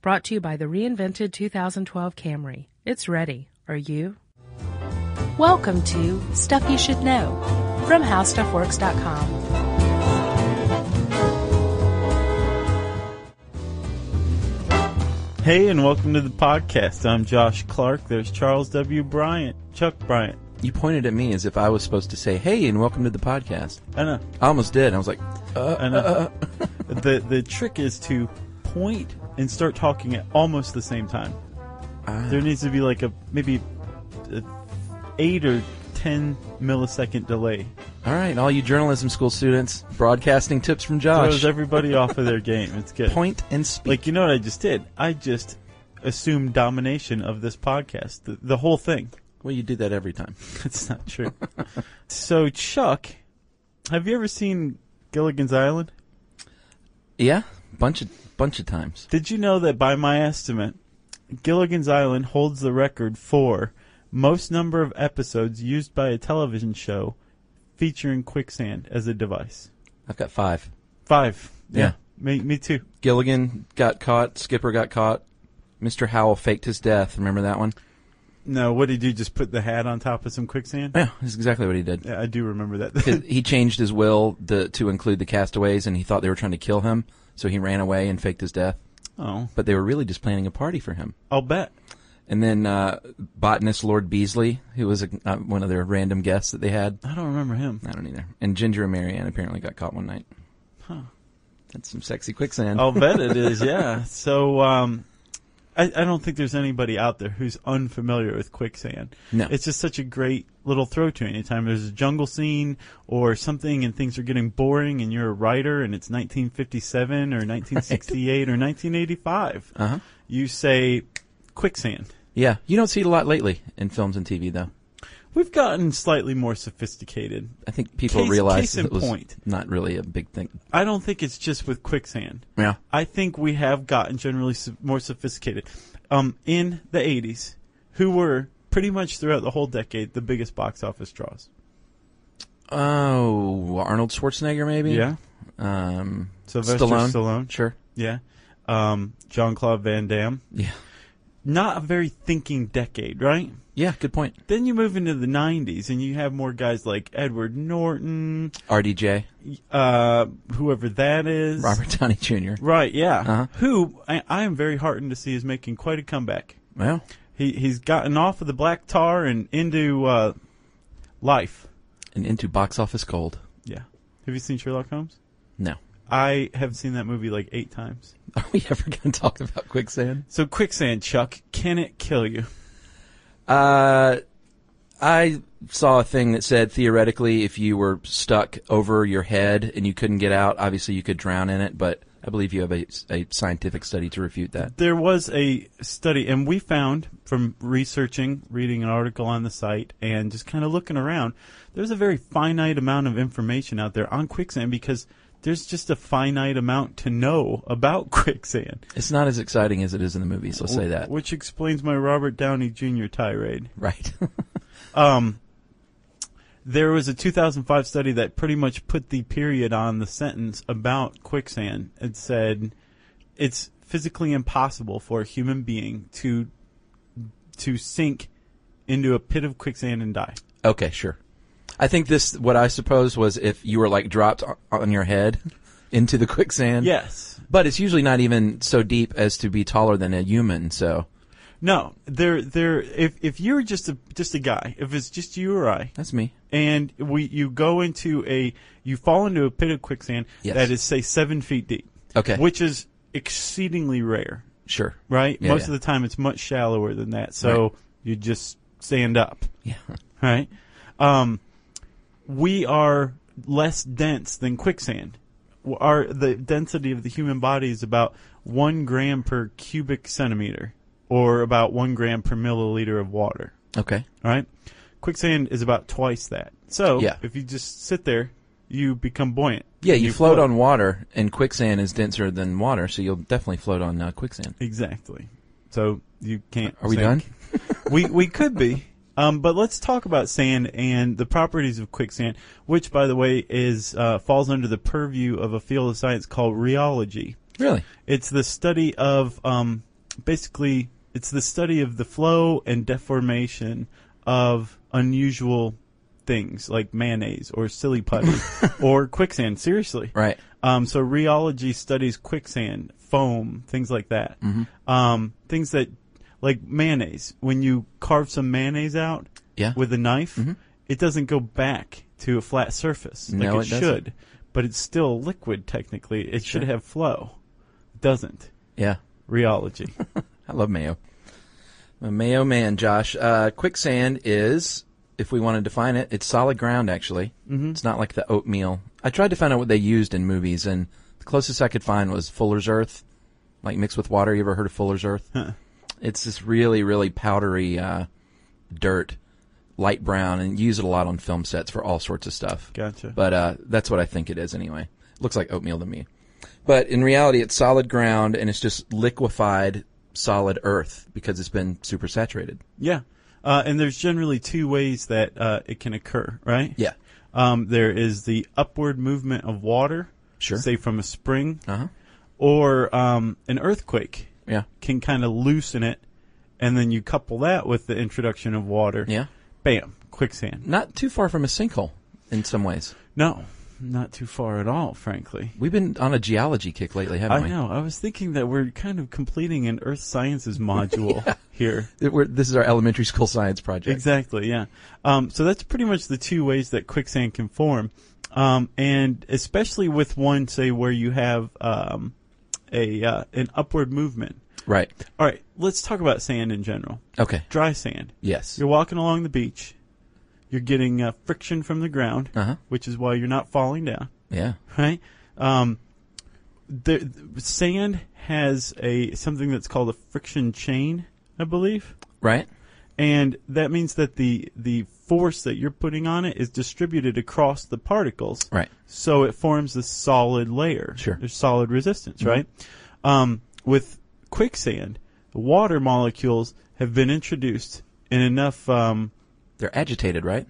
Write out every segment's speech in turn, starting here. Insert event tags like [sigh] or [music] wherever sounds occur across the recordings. Brought to you by the reinvented 2012 Camry. It's ready. Are you? Welcome to Stuff You Should Know from HowStuffWorks.com. Hey, and welcome to the podcast. I'm Josh Clark. There's Charles W. Bryant, Chuck Bryant. You pointed at me as if I was supposed to say, "Hey, and welcome to the podcast." I know. I almost did. I was like, I know. the the trick is to point and start talking at almost the same time. Ah. There needs to be like a maybe a eight or ten millisecond delay. "All right, all you journalism school students, broadcasting tips from Josh." Throws everybody off [laughs] of their game. It's good. Oh, Point and speak. Like you know what I just did? I just assumed domination of this podcast, the, the whole thing. well, you do that every time. [laughs] That's not true. so Chuck, have you ever seen Gilligan's Island? Yeah, bunch of bunch of times. Did you know that by my estimate, Gilligan's Island holds the record for most number of episodes used by a television show featuring quicksand as a device? I've got five. Five. Yeah. Me, me too. Gilligan got caught. Skipper got caught. Mr. Howell faked his death. Remember that one? No, what did you just put the hat on top of some quicksand? Yeah, that's exactly what [laughs] he did. Yeah, I do remember 'Cause that. He changed his will to, to include the castaways, and he thought they were trying to kill him, so he ran away and faked his death. [laughs] oh, But they were really just planning a party for him. I'll bet. And then uh, botanist Lord Beasley, who was a, uh, one of their random guests that they had. I don't remember him. I don't either. And Ginger and Marianne apparently got caught one night. That's some sexy quicksand. I'll bet it is. Yeah. So, um, I, I don't think there's anybody out there who's unfamiliar with quicksand. No. It's just such a great little throw to anytime there's a jungle scene or something and things are getting boring and you're a writer and it's 1957 or 1968 or 1985. Uh-huh. You say quicksand. Yeah, you don't see it a lot lately in films and TV, though. We've gotten slightly more sophisticated. I think people Case- realize case in that it was point. not really a big thing. I don't think it's just with quicksand. Yeah, I think we have gotten generally so- more sophisticated. Um, in the 80s, who were pretty much throughout the whole decade the biggest box office draws? Oh, Arnold Schwarzenegger, maybe. Yeah. Um, Sylvester Stallone. Stallone. Sure. Yeah. Um, Jean Claude Van Damme. Yeah. Not a very thinking decade, right? Yeah. Good point. Then you move into the 90s and you have more guys like Edward Norton, RDJ, uh, whoever that is. [laughs] Robert Downey Jr. Right, yeah. Uh-huh. Who I, I am very heartened to see is making quite a comeback. Well, He he's gotten off of the black tar and into uh, life. and into box office gold. Yeah. Have you seen Sherlock Holmes? No. [laughs] I have seen that movie like eight times. Are we ever going to talk about quicksand? So quicksand, Chuck, can it kill you? Uh, I saw a thing that said theoretically, if you were stuck over your head and you couldn't get out, obviously you could drown in it. But I believe you have a, a scientific study to refute that. There was a study, and we found from researching, reading an article on the site, and just kind of looking around, there's a very finite amount of information out there on quicksand because there's just a finite amount to know about [laughs] quicksand. It's not as exciting as it is in the movies. Let's say that. Which explains my Robert Downey Jr. tirade. Right. [laughs] Um, there was a 2005 study that pretty much put the period on the sentence about quicksand. It said it's physically impossible for a human being to to sink into a pit of quicksand and die. okay, sure. I think this, what I suppose was if you were like dropped o- on your head into the quicksand. Yes. But it's usually not even so deep as to be taller than a human, so No. There. There. If if you're just a just a guy, if it's just you or I, that's me. and we you go into a you fall into a pit of quicksand Yes. that is say seven feet deep, Okay. which is exceedingly rare. Sure. right? Yeah, Most yeah. of the time, it's much shallower than that. So Right. you just stand up, Yeah. [laughs] right? Um, we are less dense than quicksand. W- Our the density of the human body is about one gram per cubic centimeter, or about one gram per milliliter of water. Okay. All right, quicksand is about twice that. So Yeah. if you just sit there, you become buoyant. Yeah, you, float, float. on water, and quicksand is denser than water, so you'll definitely float on uh, quicksand. Exactly. So you can't. Are we sink. done? we we could be. Um, but let's talk about sand and the properties of quicksand, which, by the way, is uh, falls under the purview of a field of science called rheology. Really? It's the study of um, basically it's the study of the flow and deformation of unusual things like mayonnaise or silly putty or quicksand. Seriously, Right. Um, so rheology studies quicksand, foam, things like that. Mm-hmm. Um, things that like mayonnaise. When you carve some mayonnaise out Yeah. Mm-hmm. with a knife, it doesn't go back to a flat surface like No, it, it doesn't. should. But it's still liquid technically. It should have flow. It doesn't. Yeah. [laughs] Rheology. I love mayo. i mayo man, Josh. Uh, quicksand is, if we want to define it, it's solid ground, actually. Mm-hmm. It's not like the oatmeal. I tried to find out what they used in movies, and the closest I could find was Fuller's Earth, like mixed with water. You ever heard of Fuller's Earth? It's this really, really powdery uh, dirt, light brown, and you use it a lot on film sets for all sorts of stuff. Gotcha. But uh, that's what I think it is anyway. Looks like oatmeal to me. But in reality, it's solid ground and it's just liquefied solid earth because it's been super saturated. yeah. Uh, and there's generally two ways that uh, it can occur, right? Yeah. Um, there is the upward movement of water, Sure. say from a spring, Uh huh. or um, an earthquake Yeah. can kind of loosen it, and then you couple that with the introduction of water. Yeah. Bam, quicksand. Not too far from a sinkhole in some ways. No, not too far at all, frankly. We've been on a geology kick lately, haven't I we? know. I was thinking that we're kind of completing an earth sciences module here. It- we're- this is our elementary school science project. Exactly, yeah. Um, so that's pretty much the two ways that quicksand can form. Um, and especially with one, say, where you have um, a uh, an upward movement. Right. All right, let's talk about sand in general. Okay. Dry sand. Yes. You're walking along the beach. You're getting uh, friction from the ground, Uh-huh. which is why you're not falling down, [laughs] Yeah. right? Um, the, the sand has a something that's called a friction chain, I believe Right. and that means that the the force that you're putting on it is distributed across the particles. Right. So it forms a solid layer. Sure. Mm-hmm. There's solid resistance, right? Um, with quicksand, water molecules have been introduced in enough. Um, They're agitated, right?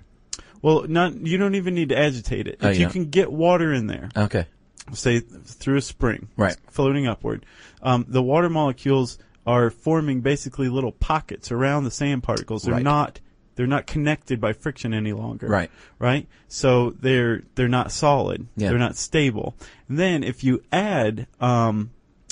well, not you don't even need to agitate it. Oh, if you you don't? can get water in there, Okay. say through a spring, Right. floating upward, um, the water molecules are forming basically little pockets around the sand particles. They're Right. not they're not connected by friction any longer. Right. Right. So they're they're not solid. Yeah. They're not stable. And then if you add um,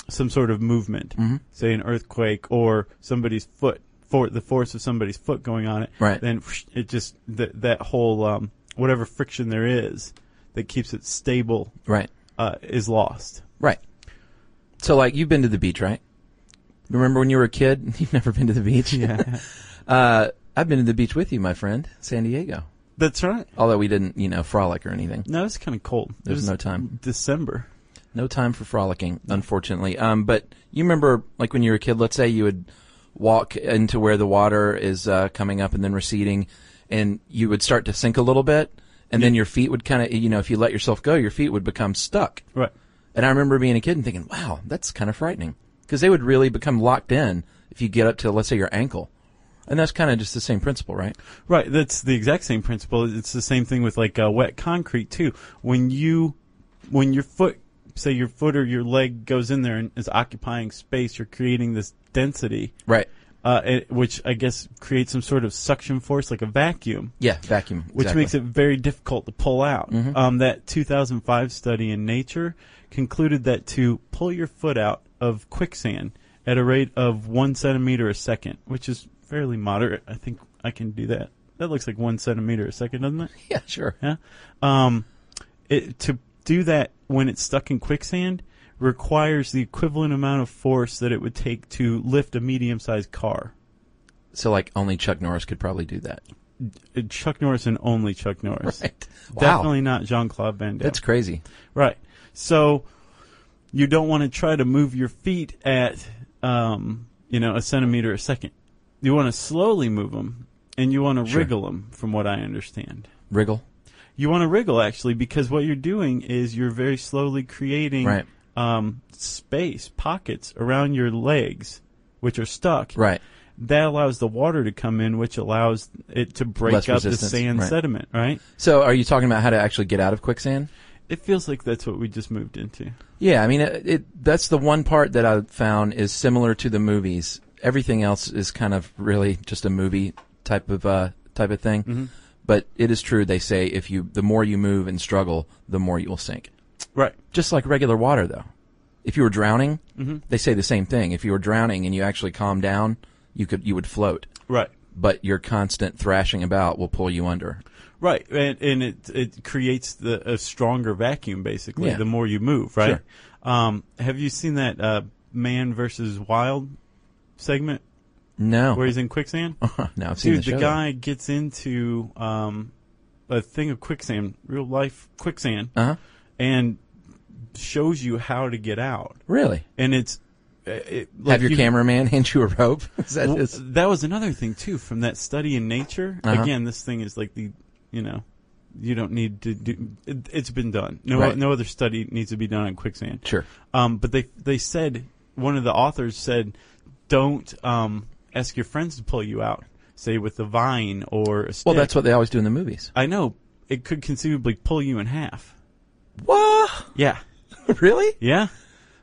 some sort of movement, Mm-hmm. say an earthquake or somebody's foot, for the force of somebody's foot going on it, Right. then whoosh, it just that that whole um, whatever friction there is that keeps it stable Right. uh, is lost. Right. So, like, you've been to the beach, right? Remember when you were a kid? [laughs] You've never been to the beach? Yeah. [laughs] uh, I've been to the beach with you, my friend, San Diego. That's right. Although we didn't, you know, frolic or anything. No, it's kind of cold. There's It was no time. December. No time for frolicking, unfortunately. Um, but you remember, like, when you were a kid, let's say you would walk into where the water is uh, coming up and then receding, and you would start to sink a little bit, and then your feet would kind of, you know, if you let yourself go, your feet would become stuck. Right. And I remember being a kid and thinking, wow, that's kind of frightening. Because they would really become locked in if you get up to, let's say, your ankle. And that's kind of just the same principle, right? Right. That's the exact same principle. It's the same thing with like uh, wet concrete too. When you, when your foot, say your foot or your leg goes in there and is occupying space, you're creating this density, Right. uh, it, which I guess creates some sort of suction force, like a vacuum. Yeah, vacuum. which makes it very difficult to pull out. Mm-hmm. Um, that 2005 study in Nature concluded that to pull your foot out of quicksand at a rate of one centimeter a second, which is fairly moderate, I think I can do that. That looks like one centimeter a second, doesn't it? [laughs] Yeah, sure. Yeah. Um, it, to do that when it's stuck in quicksand requires the equivalent amount of force that it would take to lift a medium-sized car. So, like, only Chuck Norris could probably do that. [laughs] Uh, Chuck Norris and only Chuck Norris. Right. Wow. Definitely not Jean Claude Van Damme. That's crazy. Right. So you don't want to try to move your feet at, um, you know, a centimeter a second. You want to slowly move them, and you want to Sure. wriggle them, from what I understand. Wriggle. You want to wriggle actually, because what you're doing is you're very slowly creating Right. um, space pockets around your legs, which are stuck. Right. That allows the water to come in, which allows it to break Less up the resistance, sand right. sediment. Right. So, are you talking about how to actually get out of quicksand? It feels like that's what we just moved into. Yeah, I mean, it, it that's the one part that I found is similar to the movies. Everything else is kind of really just a movie type of uh, type of thing. Mm-hmm. But it is true they say if you the more you move and struggle, the more you will sink. Right. Just like regular water, though. If you were drowning, Mm-hmm. they say the same thing. If you were drowning and you actually calm down, you could you would float. Right. But your constant thrashing about will pull you under. Right, and, and it it creates the a stronger vacuum basically. Yeah. The more you move, right? Um, have you seen that uh, man versus wild segment No, where he's in quicksand? [laughs] no, I've seen Dude, the, the, show, though. guy gets into um, a thing of quicksand, real life quicksand, Uh-huh. and shows you how to get out. Really? And it's uh, it, like Have your you- cameraman [laughs] hand you a rope? Is that Well, his- that was another thing too from that study in nature. Uh-huh. Again, this thing is like the you know you don't need to do. It, it's been done. No, Right. no other study needs to be done on quicksand. Sure. Um, but they they said one of the authors said, don't um, ask your friends to pull you out. Say with a vine or a stick. Well, that's what they always do in the movies. I know. It could conceivably pull you in half. [laughs] What? Yeah. really? Yeah.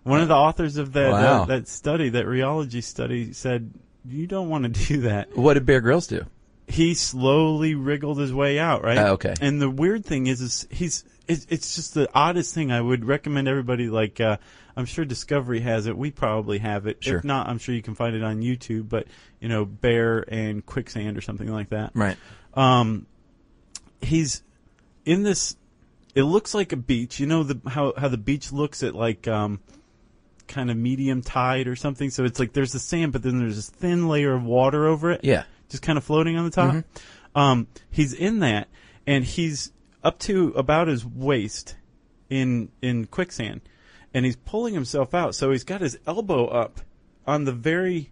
One of the authors of that Wow. uh, that study, that rheology study, said you don't want to [laughs] do that. What did Bear Grylls do? he slowly wriggled his way out, right? Oh, okay. And the weird thing is, is he's it's, it's just the oddest thing. I would recommend everybody. Like, uh, I'm sure Discovery has it. We probably have it. Sure. If not, I'm sure you can find it on YouTube. But you know, bear and quicksand or something like that. Right. Um, he's in this. It looks like a beach. You know the how how the beach looks at like um, kind of medium tide or something. So it's like there's the sand, but then there's this thin layer of water over it Yeah. Mm-hmm. just kind of floating on the top. Um, he's in that, and he's up to about his waist in in quicksand, and he's pulling himself out. So he's got his elbow up on the very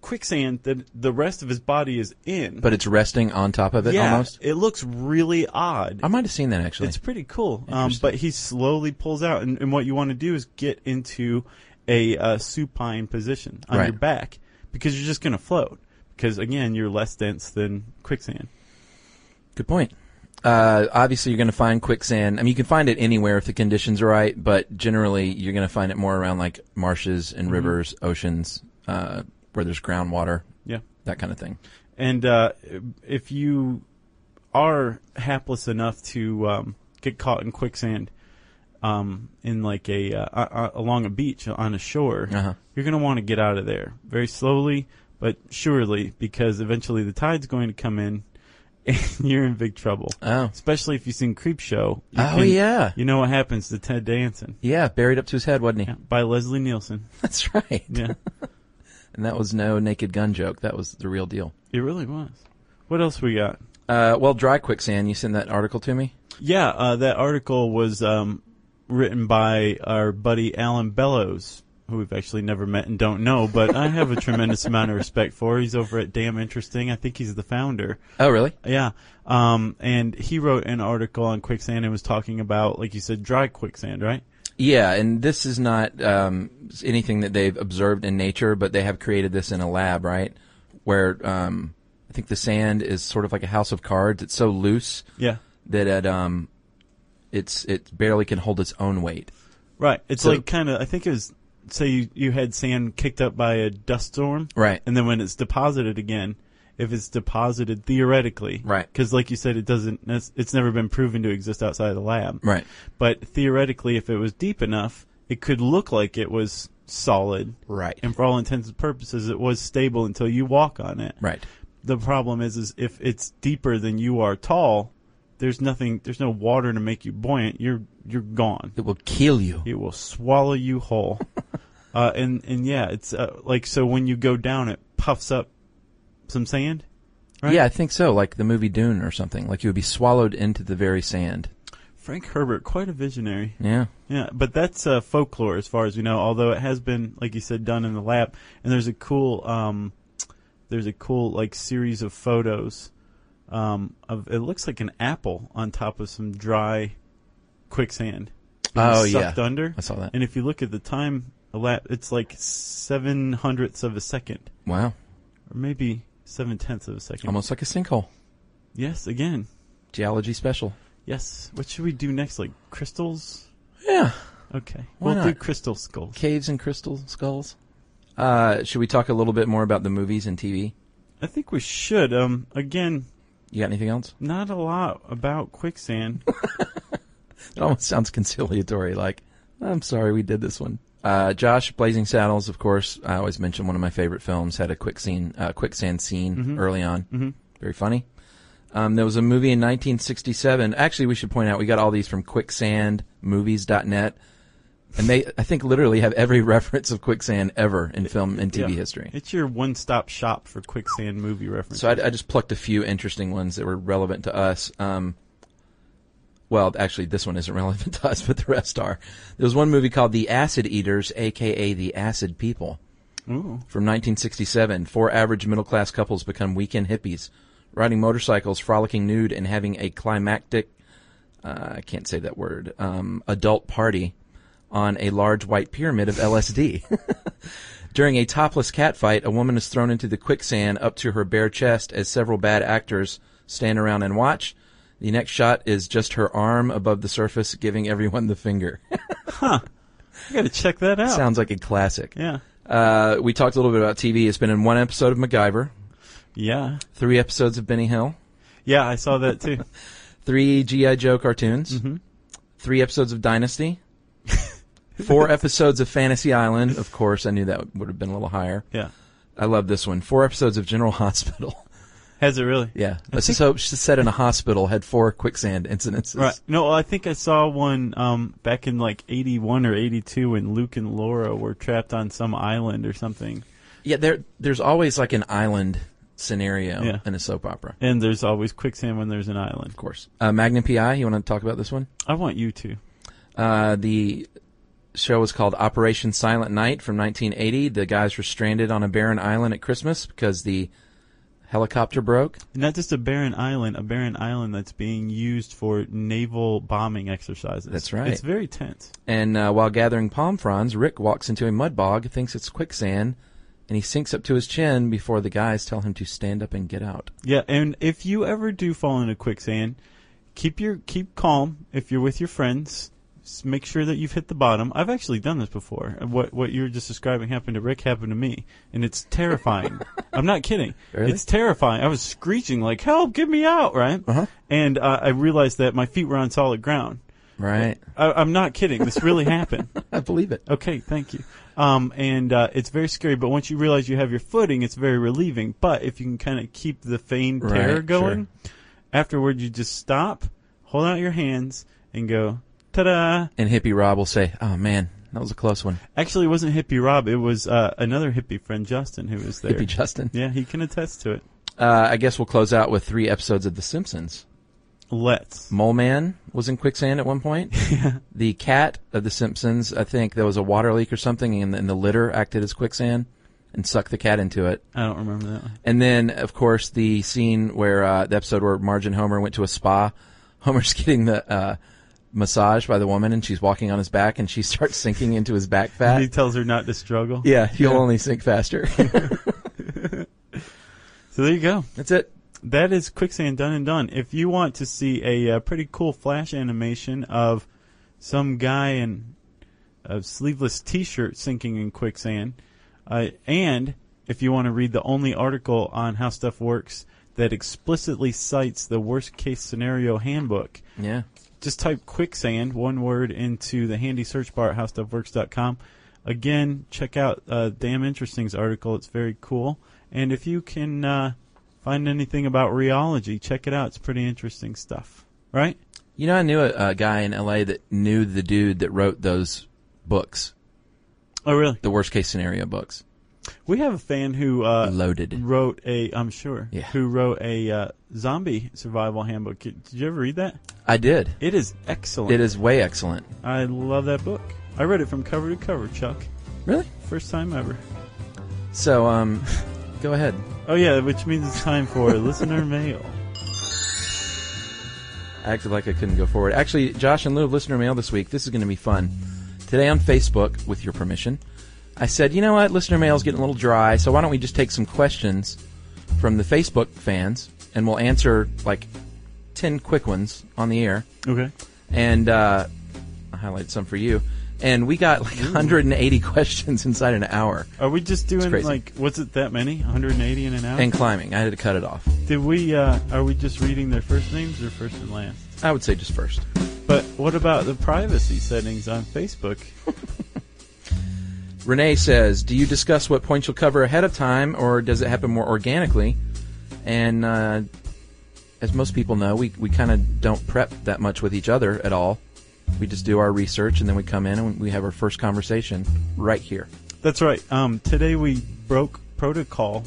quicksand that the rest of his body is in. But it's resting on top of it yeah, almost. it looks really odd. I might have seen that actually. It's pretty cool. Um, Interesting. but he slowly pulls out, and, and what you want to do is get into a uh, supine position on Right. your back because you're just going to float. Because again, you're less dense than quicksand. Good point. Uh, obviously, you're going to find quicksand. I mean, you can find it anywhere if the conditions are right, but generally, you're going to find it more around like marshes Mm-hmm. and rivers, oceans, uh, where there's groundwater, Yeah. that kind of thing. And uh, if you are hapless enough to um, get caught in quicksand um, in like a uh, uh, uh, along a beach on a shore, Uh-huh. you're going to want to get out of there very slowly but surely because eventually the tide's going to come in [laughs] and you're in big trouble. Oh, Especially if you've seen Creep Show. Oh, yeah. You know what happens to Ted Danson yeah, buried up to his head, wasn't he? Yeah, by Leslie Nielsen. [laughs] That's right. Yeah, And that was no naked gun joke. That was the real deal. it really was. What else we got? Uh, well, dry quicksand. You sent that article to me. Yeah, uh, that article was um, written by our buddy Alan Bellows, who we've actually never met and don't know, but I have a tremendous amount of respect for. He's over at Damn Interesting. I think he's the founder. Oh, really? Yeah. Um, and he wrote an article on quicksand and was talking about, like you said, dry quicksand, right? Yeah, and this is not um, s- anything that they've observed in nature, but they have created this in a lab, right? Where um, I think the sand is sort of like a house of cards. It's so loose Yeah. that it um, it's it barely can hold its own weight. Right. It's So- like kind of, I think it was, say you, you had sand kicked up by a dust storm. Right. And then when it's deposited again, if it's deposited theoretically. Right. Because like you said, it doesn't, it's, it's never been proven to exist outside of the lab. Right. But theoretically, if it was deep enough, it could look like it was solid. Right. And for all intents and purposes, it was stable until you walk on it. Right. The problem is, is if it's deeper than you are tall, there's nothing, there's no water to make you buoyant. You're, you're gone. It will kill you. It will swallow you whole. uh, and and yeah, it's uh, like so when you go down, it puffs up some sand. Right. Yeah, I think so. Like the movie Dune or something. Like you would be swallowed into the very sand. Frank Herbert, quite a visionary. Yeah. Yeah, but that's uh, folklore as far as we know. Although it has been, like you said, done in the lab. And there's a cool, um, there's a cool like series of photos. Um, of it looks like an apple on top of some dry quicksand. being Oh, yeah. sucked under. I saw that. And if you look at the time elapsed, it's like seven hundredths of a second, Wow. or maybe seven tenths of a second. Almost like a sinkhole. Yes, again. Geology special. Yes. What should we do next? Like crystals? Yeah. Okay. Why we'll do not? crystal skulls. Caves and crystal skulls. Uh, should we talk a little bit more about the movies and TV? I think we should. Um, again, You got anything else? not a lot about quicksand. It almost sounds conciliatory. Like, I'm sorry we did this one. Uh, Josh, Blazing Saddles, of course. I always mention one of my favorite films. Had a quick scene, uh, quicksand scene early on. [laughs] Mhm. Very funny. Um, there was a movie in 1967. Actually, we should point out we got all these from quicksandmovies.net, and they, I think, literally have every [laughs] reference of quicksand ever in film and TV Yeah. history. It's your one-stop shop for quicksand movie references. So I, I just plucked a few interesting ones that were relevant to us. Um, well, actually, this one isn't [laughs] relevant to us, but the rest are. There was one movie called The Acid Eaters, aka The Acid People, Ooh. from 1967. Four average middle class couples become weekend hippies, riding motorcycles, frolicking nude, and having a climactic, uh, I can't say that word, um, adult party on a large white pyramid of LSD. [laughs] During a topless catfight, a woman is thrown into the quicksand up to her bare chest as several bad actors stand around and watch. The next shot is just her arm above the surface, giving everyone the finger. I gotta check that out. Sounds like a classic. yeah. Uh, we talked a little bit about TV. It's been in one episode of MacGyver, Yeah. three episodes of Benny Hill, Yeah, I saw that [laughs] too. three G.I. Joe cartoons, Mm-hmm. three episodes of Dynasty, [laughs] four episodes of Fantasy Island. Of course, I knew that would have been a little higher. yeah. I love this one. Four episodes of General [laughs] Hospital. Has it really? [laughs] Yeah. Let's just hope she's set in a hospital, had four quicksand incidences. Right. No, I think I saw one um, back in like 81 or 82 when Luke and Laura were trapped on some island or something. Yeah, there there's always like an island scenario Yeah. in a soap opera. And there's always quicksand when there's an island. Of course. Uh, Magnum PI, you want to talk about this one? I want you to. Uh, the show was called Operation Silent Night from 1980. The guys were stranded on a barren island at Christmas because the helicopter broke. Not just a barren island, a barren island that's being used for naval bombing exercises. That's right. It's very tense. And uh, while gathering palm fronds, Rick walks into a mud bog, thinks it's quicksand, and he sinks up to his chin before the guys tell him to stand up and get out. Yeah, and if you ever do fall into quicksand, keep your keep calm if you're with your friends. S- Make sure that you've hit the bottom. I've actually done this before. What what you were just describing happened to Rick happened to me, and it's terrifying. [laughs] I'm not kidding. Really? It's terrifying. I was screeching like, "Help! Get me out!" Right? Uh-huh. And uh, I realized that my feet were on solid ground. Right. I, I'm not kidding. This really happened. [laughs] I believe it. Okay, thank you. Um, and uh, it's very scary, but once you realize you have your footing, it's very relieving. But if you can kind of keep the feigned Right, terror going, afterward you just stop, hold out your hands, and go, ta da! And Hippie Rob will say, "Oh man, that was a close one." Actually, it wasn't Hippie Rob, it was uh, another hippie friend, Justin, who was there. Hippie Justin. yeah, he can attest to it. Uh, I guess we'll close out with three episodes of The Simpsons. Let's. Mole Man was in quicksand at one [laughs] point. The cat of The Simpsons, I think there was a water leak or something, and, and the litter acted as quicksand and sucked the cat into it. I don't remember that one. And then, of course, the scene where uh, the episode where Marge and Homer went to a spa. [laughs] Homer's getting the uh, massage by the woman, and she's walking on his back, and she [laughs] starts sinking into his back he fat. tells her not to struggle. Yeah, you'll only sink [laughs] faster. So there you go. That's it. That is Quicksand Done and Done. If you want to see a, uh pretty cool flash animation of some guy in a sleeveless t-shirt sinking in quicksand, uh, and if you want to read the only article on how stuff works that explicitly cites the worst case scenario handbook, Yeah. just type quicksand, one word, into the handy search bar at howstuffworks.com. Again, check out uh, Damn Interesting's article. It's very cool. And if you can uh, find anything about rheology, check it out. It's pretty interesting stuff. Right? You know, I knew a, a guy in LA that knew the dude that wrote those books, Oh, really? the worst case scenario books. We have a fan who uh, Loaded. wrote a, I'm sure, Yeah. who wrote a uh, zombie survival handbook. Did you ever read that? I did. It is excellent. It is way excellent. I love that book. I read it from cover to cover, Chuck. Really? First time ever. So, um, [laughs] go ahead. Oh, yeah, which means it's time [laughs] for listener mail. I acted like I couldn't go forward. Actually, Josh, in lieu of listener mail this week, this is going to be fun. Today on Facebook, with your permission, I said, you know what, listener mail's getting a little dry, so why don't we just take some questions from the Facebook fans and we'll answer like ten quick ones on the air, Okay. and uh, I highlighted some for you. And we got like 180 [laughs] questions inside an hour. Are we just doing crazy. like what's it that many? 180 in an hour? And climbing, I had to cut it off. Did we? Uh, are we just reading their first names or first and last? I would say just first. But what about the privacy settings on Facebook? Renee says, "Do you discuss what points you'll cover ahead of time, or does it happen more organically?" And uh, as most people know, we we kind of don't prep that much with each other at all. We just do our research, and then we come in and we have our first conversation right here. That's right. Um, today we broke protocol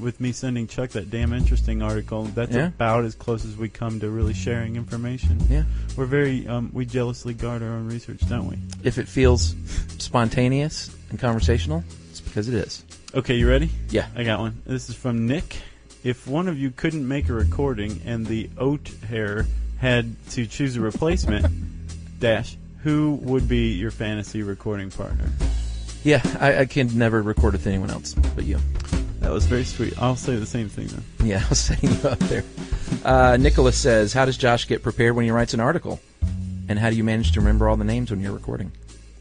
with me sending Chuck that damn interesting article. That's Yeah. about as close as we come to really sharing information. Yeah. We're very um, we jealously guard our own research, don't we? If it feels spontaneous and conversational, it's because it is. Okay, you ready? Yeah. I got one. This is from Nick. If one of you couldn't make a recording and the oat hair had to choose a replacement, [laughs] dash, who would be your fantasy recording partner? Yeah, I, I can never record with anyone else but you. That was very sweet. I'll say the same thing though. [laughs] Yeah, I was setting you up there. Uh, Nicholas says, "How does Josh get prepared when he writes an article, and how do you manage to remember all the names when you're recording?"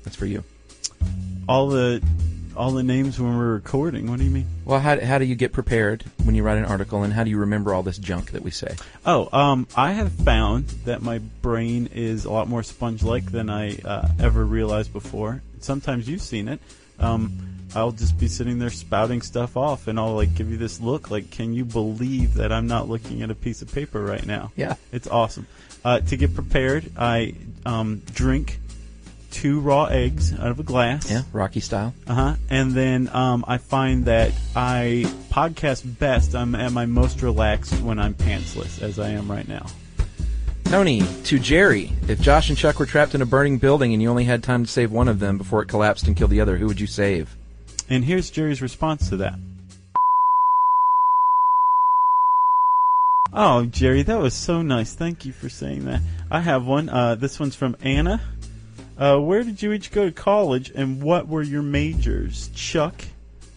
That's for you. All the all the names when we're recording. What do you mean? Well, how, how do you get prepared when you write an article, and how do you remember all this junk that we say? Oh, um, I have found that my brain is a lot more sponge-like than I uh, ever realized before. Sometimes you've seen it. Um, I'll just be sitting there spouting stuff off, and I'll like give you this look, like, "Can you believe that I'm not looking at a piece of paper right now?" Yeah. it's awesome. Uh, to get prepared, I um, drink two raw eggs out of a glass. Yeah, Rocky style. Uh huh. And then um, I find that I podcast best. I'm at my most relaxed when I'm pantsless, as I am right now. Tony to Jerry: If Josh and Chuck were trapped in a burning building and you only had time to save one of them before it collapsed and killed the other, who would you save? And here's Jerry's response to that. Oh, Jerry, that was so nice. Thank you for saying that. I have one. Uh, this one's from Anna. Uh, where did you each go to college, and what were your majors? Chuck,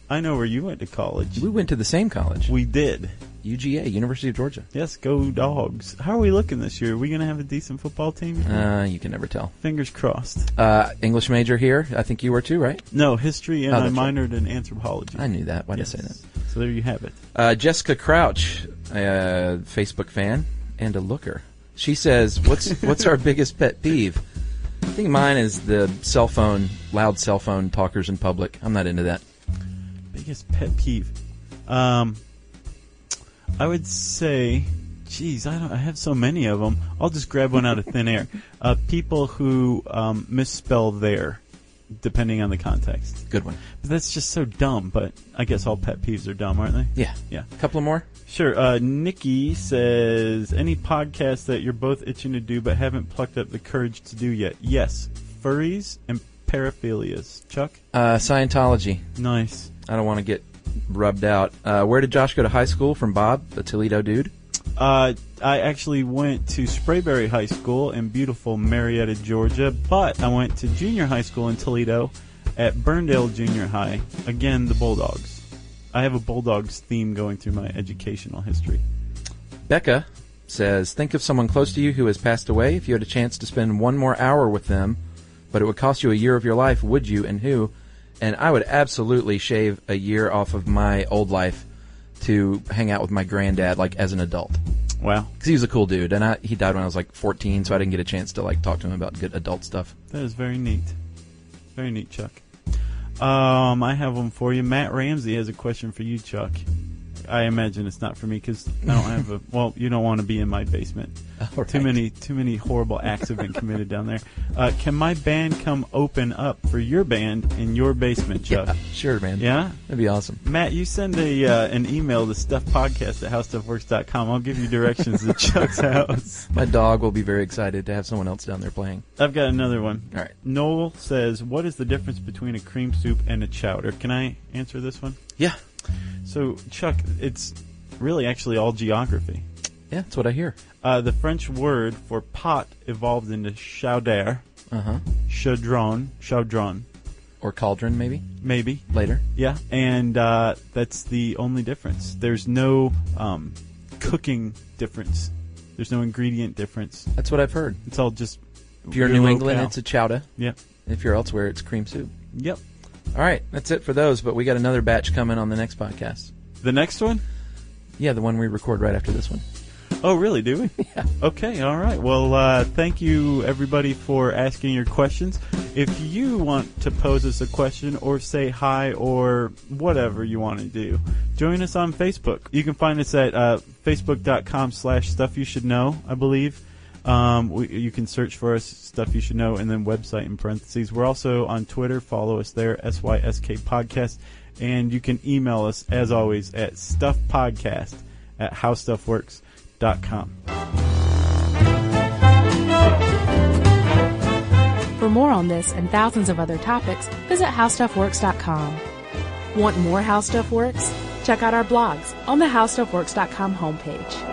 I know where you went to college. We went to the same college, We did. UGA, University of Georgia. Yes, go dogs. How are we looking this year? Are we going to have a decent football team? Uh, you can never tell. Fingers crossed. Uh, English major here. I think you were too, right? No, history, and Oh, I that's right. minored in anthropology. I knew that. Why did I Yes. say that? So there you have it. Uh, Jessica Crouch, a uh, Facebook fan and a looker. She says, "What's what's our biggest pet peeve?" I think mine is the cell phone, loud cell phone talkers in public. I'm not into that. Biggest pet peeve. Um, I would say, geez, I, don't, I have so many of them. I'll just grab one out of thin [laughs] air. Uh, people who um, misspell there, depending on the context. Good one. But that's just so dumb. But I guess all pet peeves are dumb, aren't they? Yeah. Yeah. A couple of more. Sure. Uh, Nikki says, any podcast that you're both itching to do but haven't plucked up the courage to do yet? Yes, furries and paraphilias. Chuck, Uh, Scientology. nice. I don't want to get rubbed out. Uh, where did Josh go to high school? From Bob, the Toledo dude. Uh, I actually went to Sprayberry High School in beautiful Marietta, Georgia, but I went to junior high school in Toledo at Burndale Junior High. Again, the Bulldogs. I have a Bulldogs theme going through my educational history. Becca says, "Think of someone close to you who has passed away. If you had a chance to spend one more hour with them, but it would cost you a year of your life, would you? And who?" And I would absolutely shave a year off of my old life to hang out with my granddad, like as an adult, because Wow, he was a cool dude. And I, he died when I was like 14, so I didn't get a chance to like talk to him about good adult stuff. that is very neat. Very neat, Chuck. Um, I have one for you. Matt Ramsey has a question for you, Chuck. I imagine it's not for me because I don't have [laughs] a. Well, you don't want to be in my basement. All Too right. many, too many horrible acts have been committed down there. Uh, can my band come open up for your band in your basement, Chuck? Yeah, sure, man. Yeah? that'd be awesome. Matt, you send a uh, an email to stuffpodcast at howstuffworks.com. I'll give you directions to Chuck's [laughs] house. My dog will be very excited to have someone else down there playing. I've got another one. All right. Noel says, "What is the difference between a cream soup and a chowder?" Can I answer this one? Yeah, So, Chuck, it's really actually all geography. yeah, that's what I hear. Uh, the French word for pot evolved into chowder, Uh huh. chaudron, chaudron, Or cauldron, maybe maybe. later. Yeah, and uh, that's the only difference. There's no um, cooking difference There's no ingredient difference. That's what I've heard. It's all just. If you're your New England, locale. it's a chowder. Yep. If you're elsewhere, it's cream soup. Yep. All right, that's it for those. But we got another batch coming on the next podcast. The next one? Yeah, the one we record right after this one. Oh, really? Do we? [laughs] Yeah. Okay, all right. Well, uh, thank you, everybody, for asking your questions. If you want to pose us a question or say hi or whatever you want to do, join us on Facebook. You can find us at uh, facebook.com slash stuff you should know, I believe. Um, we, you can search for us, stuff you should know, and then website in parentheses. We're also on Twitter. Follow us there, SYSK Podcast. And you can email us, as always, at stuffpodcast at howstuffworks.com. For more on this and thousands of other topics, visit howstuffworks.com. Want more How Stuff Works? Check out our blogs on the howstuffworks.com homepage.